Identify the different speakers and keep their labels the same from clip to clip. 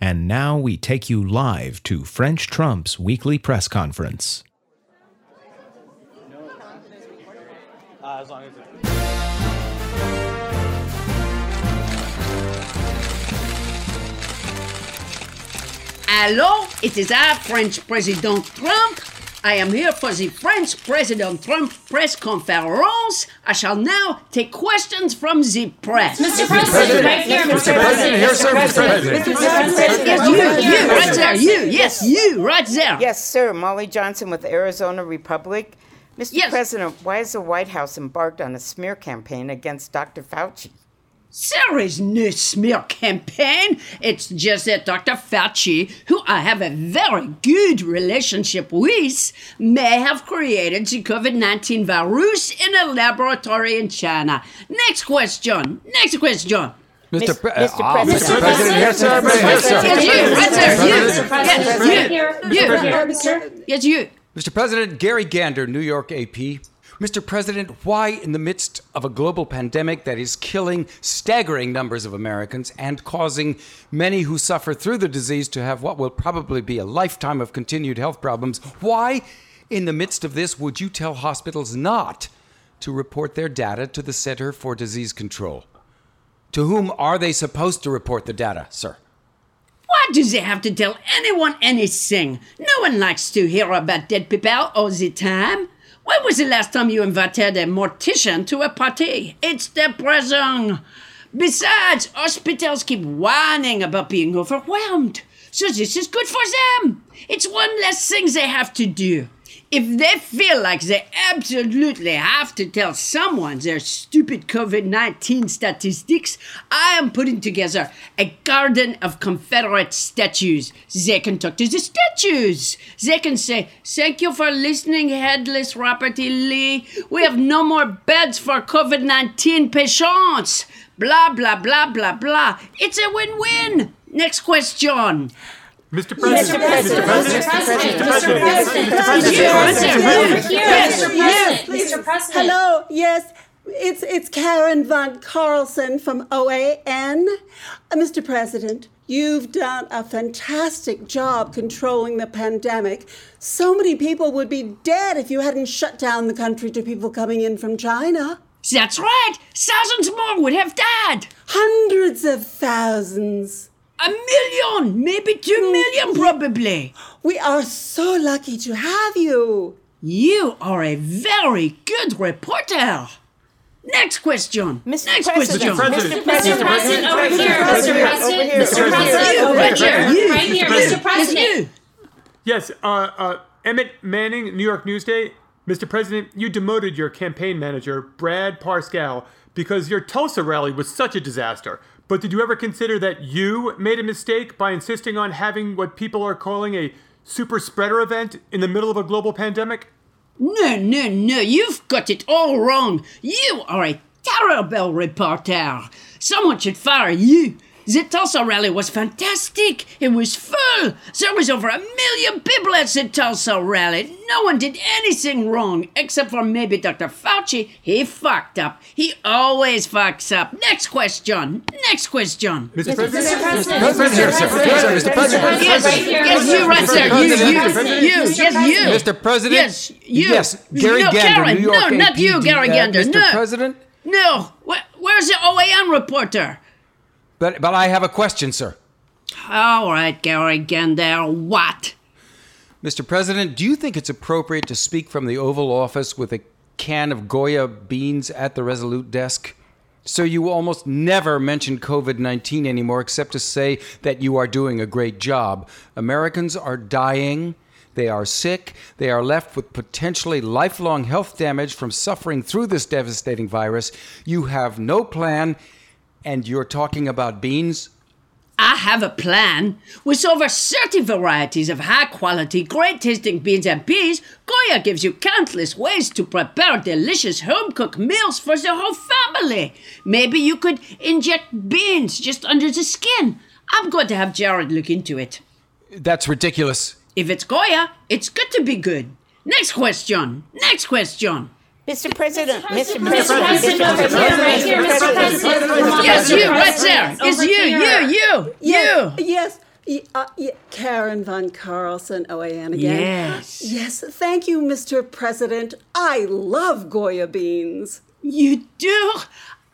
Speaker 1: And now we take you live to French Trump's weekly press conference.
Speaker 2: Hello, it is our French President Trump. I am here for the French President Trump press conference. I shall now take questions from the press.
Speaker 3: Mr. President, right here, Mr. President, here, sir, Mr. President.
Speaker 2: Yes, you, you, right there, you, yes, you, right there.
Speaker 4: Yes, sir. Molly Johnson with Arizona Republic. Mr.
Speaker 2: Yes.
Speaker 4: President, why has the White House embarked on a smear campaign against Dr. Fauci?
Speaker 2: There is no smear campaign. It's just that Dr. Fauci, who I have a very good relationship with, may have created the COVID 19 virus in a laboratory in China. Next question. Next question.
Speaker 5: Mr. Pre-
Speaker 4: Mr.
Speaker 5: ah,
Speaker 4: President.
Speaker 5: Mr. President, here, sir, here, sir.
Speaker 2: Yes, you, right there, you.
Speaker 3: Mr. President, right
Speaker 2: Yes, you.
Speaker 3: here,
Speaker 2: You.
Speaker 3: Mr. President, sir.
Speaker 2: Yes, you.
Speaker 5: Mr. President, Gary Gander, New York AP. Mr. President, why, in the midst of a global pandemic that is killing staggering numbers of Americans and causing many who suffer through the disease to have what will probably be a lifetime of continued health problems, why, in the midst of this, would you tell hospitals not to report their data to the Center for Disease Control? To whom are they supposed to report the data, sir?
Speaker 2: Why do they have to tell anyone anything? No one likes to hear about dead people all the time. When was the last time you invited a mortician to a party? It's depressing. Besides, hospitals keep whining about being overwhelmed. So this is good for them. It's one less thing they have to do. If they feel like they absolutely have to tell someone their stupid COVID 19 statistics, I am putting together a garden of Confederate statues. They can talk to the statues. They can say, Thank you for listening, headless Robert E. Lee. We have no more beds for COVID 19 patients. Blah, blah, blah, blah, blah. It's a win win. Next question.
Speaker 3: Mr. President, Mr. President, Mr. President, Mr. President,
Speaker 2: You answer.
Speaker 3: Yes,
Speaker 2: Yes,
Speaker 3: Mr. President, Mr. President.
Speaker 6: Hello, yes, it's it's Karen von Carlson from OAN. Uh, Mr. President, you've done a fantastic job controlling the pandemic. So many people would be dead if you hadn't shut down the country to people coming in from China.
Speaker 2: That's right. Thousands more would have died.
Speaker 6: Hundreds of thousands.
Speaker 2: A million, maybe two million, probably.
Speaker 6: We are so lucky to have you.
Speaker 2: You are a very good reporter. Next question.
Speaker 4: Mr.
Speaker 2: Next
Speaker 4: President, Mr.
Speaker 2: question.
Speaker 3: Mr.
Speaker 4: President,
Speaker 3: President, over here, Mr. President, Mr.
Speaker 2: You,
Speaker 3: President,
Speaker 2: right here.
Speaker 3: right here, Mr.
Speaker 2: It's
Speaker 3: President.
Speaker 2: you.
Speaker 7: Yes, uh, uh, Emmett Manning, New York Newsday. Mr. President, you demoted your campaign manager, Brad Parscale, because your Tulsa rally was such a disaster. But did you ever consider that you made a mistake by insisting on having what people are calling a super spreader event in the middle of a global pandemic?
Speaker 2: No, no, no. You've got it all wrong. You are a terrible reporter. Someone should fire you. The Tulsa rally was fantastic. It was full. There was over a million people at the Tulsa rally. No one did anything wrong, except for maybe Dr. Fauci. He fucked up. He always fucks up. Next question. Next question.
Speaker 7: Mr. President?
Speaker 3: Mr. President,
Speaker 5: Mr. President, here, sir. Here, sir, Mr. President.
Speaker 2: Yes,
Speaker 3: Right here.
Speaker 2: yes, you right there. You,
Speaker 5: Mr.
Speaker 2: you,
Speaker 3: President.
Speaker 2: you,
Speaker 3: Mr.
Speaker 2: yes, you.
Speaker 5: Mr. President?
Speaker 2: Yes, you.
Speaker 5: Yes, Gary
Speaker 2: No,
Speaker 5: Gander,
Speaker 2: Karen,
Speaker 5: New York
Speaker 2: no, not you,
Speaker 5: APD.
Speaker 2: Gary
Speaker 5: Uh,
Speaker 2: Gander,
Speaker 5: Mr.
Speaker 2: no.
Speaker 5: President,
Speaker 2: No, Wh- where's the OAN reporter?
Speaker 5: but, but I have a question, sir.
Speaker 2: All right, Gary Gander, what?
Speaker 5: Mr. President, do you think it's appropriate to speak from the Oval Office with a can of Goya beans at the Resolute desk? So you almost never mention COVID 19 anymore except to say that you are doing a great job. Americans are dying. They are sick. They are left with potentially lifelong health damage from suffering through this devastating virus. You have no plan, and you're talking about beans?
Speaker 2: I have a plan. With over 30 varieties of high quality, great tasting beans and peas, Goya gives you countless ways to prepare delicious home cooked meals for the whole family. Maybe you could inject beans just under the skin. I'm going to have Jared look into it.
Speaker 5: That's ridiculous.
Speaker 2: If it's Goya, it's good to be good. Next question. Next question.
Speaker 4: Mr. President, Mr.
Speaker 3: President, Mr. President, Mr. President.
Speaker 2: Yes, you, right there. It's you, you, you, you.
Speaker 6: Yes, yes. y- uh, y- Karen von Carlson, OAN again.
Speaker 2: Yes.
Speaker 6: Yes, thank you, Mr. President. I love Goya beans.
Speaker 2: You do?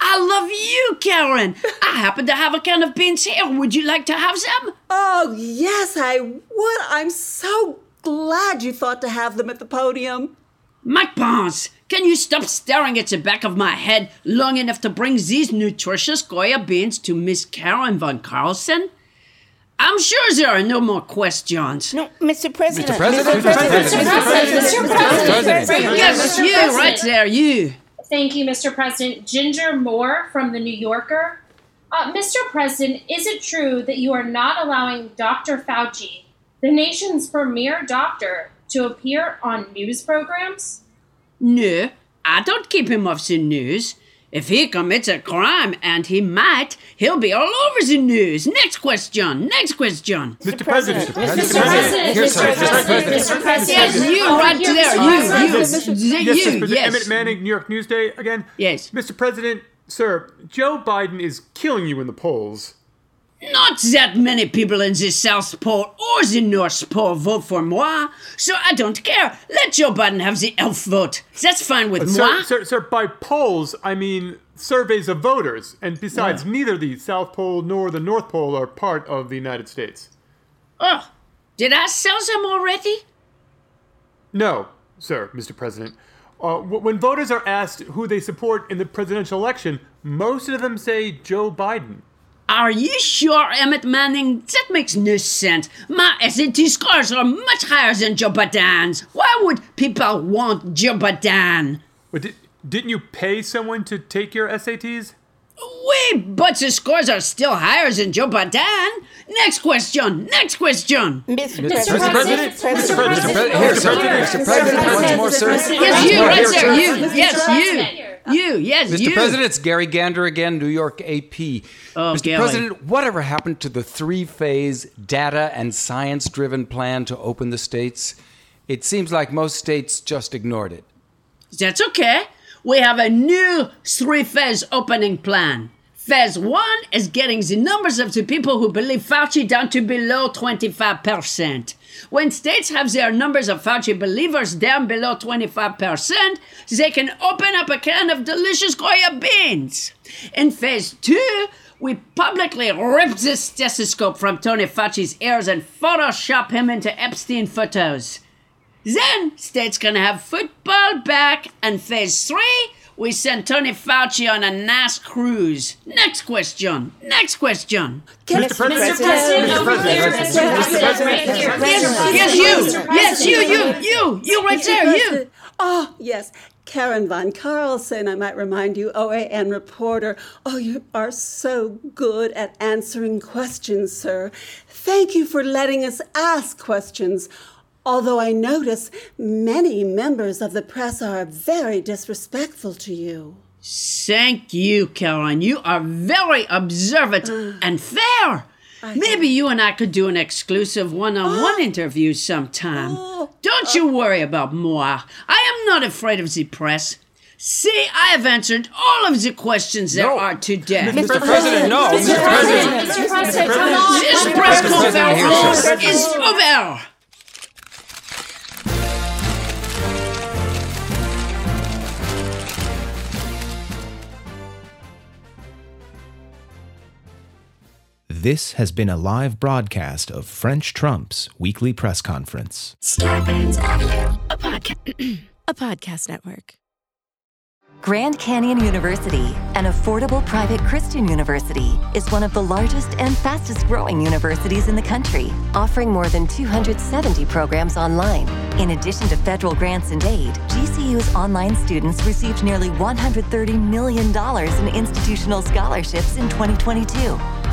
Speaker 2: I love you, Karen. I happen to have a can of beans here. Would you like to have some?
Speaker 6: Oh, yes, I would. I'm so glad you thought to have them at the podium.
Speaker 2: Mike Barnes, can you stop staring at the back of my head long enough to bring these nutritious Goya beans to Miss Karen von Carlson? I'm sure there are no more questions.
Speaker 4: No, Mr. President.
Speaker 5: Mr. President, Mr. President, Mr. President,
Speaker 3: Mr. President.
Speaker 2: Yes,
Speaker 3: Mr.
Speaker 2: you, right
Speaker 3: President.
Speaker 2: there, you.
Speaker 3: Thank you, Mr. President. Ginger Moore from The New Yorker. Uh, Mr. President, is it true that you are not allowing Dr. Fauci, the nation's premier doctor, to appear on news programs?
Speaker 2: No, I don't keep him off the news. If he commits a crime, and he might, he'll be all over the news. Next question, next question.
Speaker 7: Mr. President,
Speaker 3: Mr. President,
Speaker 5: Here's
Speaker 3: Mr. President, Mr. President.
Speaker 2: Yes, you, right
Speaker 3: Here, Mr.
Speaker 2: there,
Speaker 3: President.
Speaker 2: you, you,
Speaker 7: Yes, Mr.
Speaker 2: you,
Speaker 7: President. Emmett
Speaker 2: yes.
Speaker 7: Manning, New York Newsday again.
Speaker 2: Yes.
Speaker 7: Mr. President, sir, Joe Biden is killing you in the polls.
Speaker 2: Not that many people in the South Pole or the North Pole vote for moi, so I don't care. Let Joe Biden have the elf vote. That's fine with moi.
Speaker 7: Sir, sir, sir, by polls, I mean surveys of voters. And besides, neither the South Pole nor the North Pole are part of the United States.
Speaker 2: Oh, did I sell them already?
Speaker 7: No, sir, Mr. President. Uh, w- when voters are asked who they support in the presidential election, most of them say Joe Biden.
Speaker 2: Are you sure, Emmett Manning? That makes no sense. My SAT scores are much higher than Joe Biden's. Why would people want Joe Biden?
Speaker 7: But di- didn't you pay someone to take your SATs?
Speaker 2: We, but the scores are still higher than Joe Biden. Next question, next question.
Speaker 4: Mr.
Speaker 3: Mr. President,
Speaker 4: President,
Speaker 3: Mr.
Speaker 4: President,
Speaker 3: President,
Speaker 5: Pre- here, sir. Mr. President, once more, sir.
Speaker 2: Yes, you,
Speaker 5: Here,
Speaker 2: right there,
Speaker 5: sir.
Speaker 2: you, yes,
Speaker 3: President.
Speaker 2: you, you, yes,
Speaker 5: Mr.
Speaker 2: you.
Speaker 5: President, it's Gary Gander again, New York AP.
Speaker 2: Oh,
Speaker 5: Mr.
Speaker 2: Gary.
Speaker 5: President, whatever happened to the three phase data and science driven plan to open the states? It seems like most states just ignored it.
Speaker 2: That's okay. We have a new three phase opening plan. Phase one is getting the numbers of the people who believe Fauci down to below 25%. When states have their numbers of Fauci believers down below 25%, they can open up a can of delicious Goya beans. In phase two, we publicly rip the stethoscope from Tony Fauci's ears and Photoshop him into Epstein photos. Then states can have football back, and phase three, we send Tony Fauci on a nice cruise. Next question. Next question.
Speaker 4: Mr.
Speaker 3: Mr. President, over there, Mr. President, right here.
Speaker 2: Yes, yes, you. Yes, you, you, you, you right there, you.
Speaker 6: President- Oh, yes. Karen von Carlson, I might remind you, OAN reporter. Oh, you are so good at answering questions, sir. Thank you for letting us ask questions. Although I notice many members of the press are very disrespectful to you.
Speaker 2: Thank you, Caroline. You are very observant and fair. Maybe you and I could do an exclusive one on one interview sometime.
Speaker 3: Oh, uh
Speaker 2: Don't you worry about moi. I am not afraid of the press. See, I have answered all of the questions there
Speaker 5: No.
Speaker 2: are today.
Speaker 5: Mr. President, no. Mr. President.
Speaker 3: Mr. President, come on.
Speaker 2: This press
Speaker 5: President, here,
Speaker 2: conference
Speaker 5: sir.
Speaker 2: is over.
Speaker 1: This has been a live broadcast of French Trump's weekly press conference.
Speaker 8: A, podca- a podcast network.
Speaker 6: Grand Canyon University, an affordable private Christian university, is one of the largest and fastest growing universities in the country, offering more than 270 programs online. In addition to federal grants and aid, GCU's online students received nearly $130 million in institutional scholarships in 2022.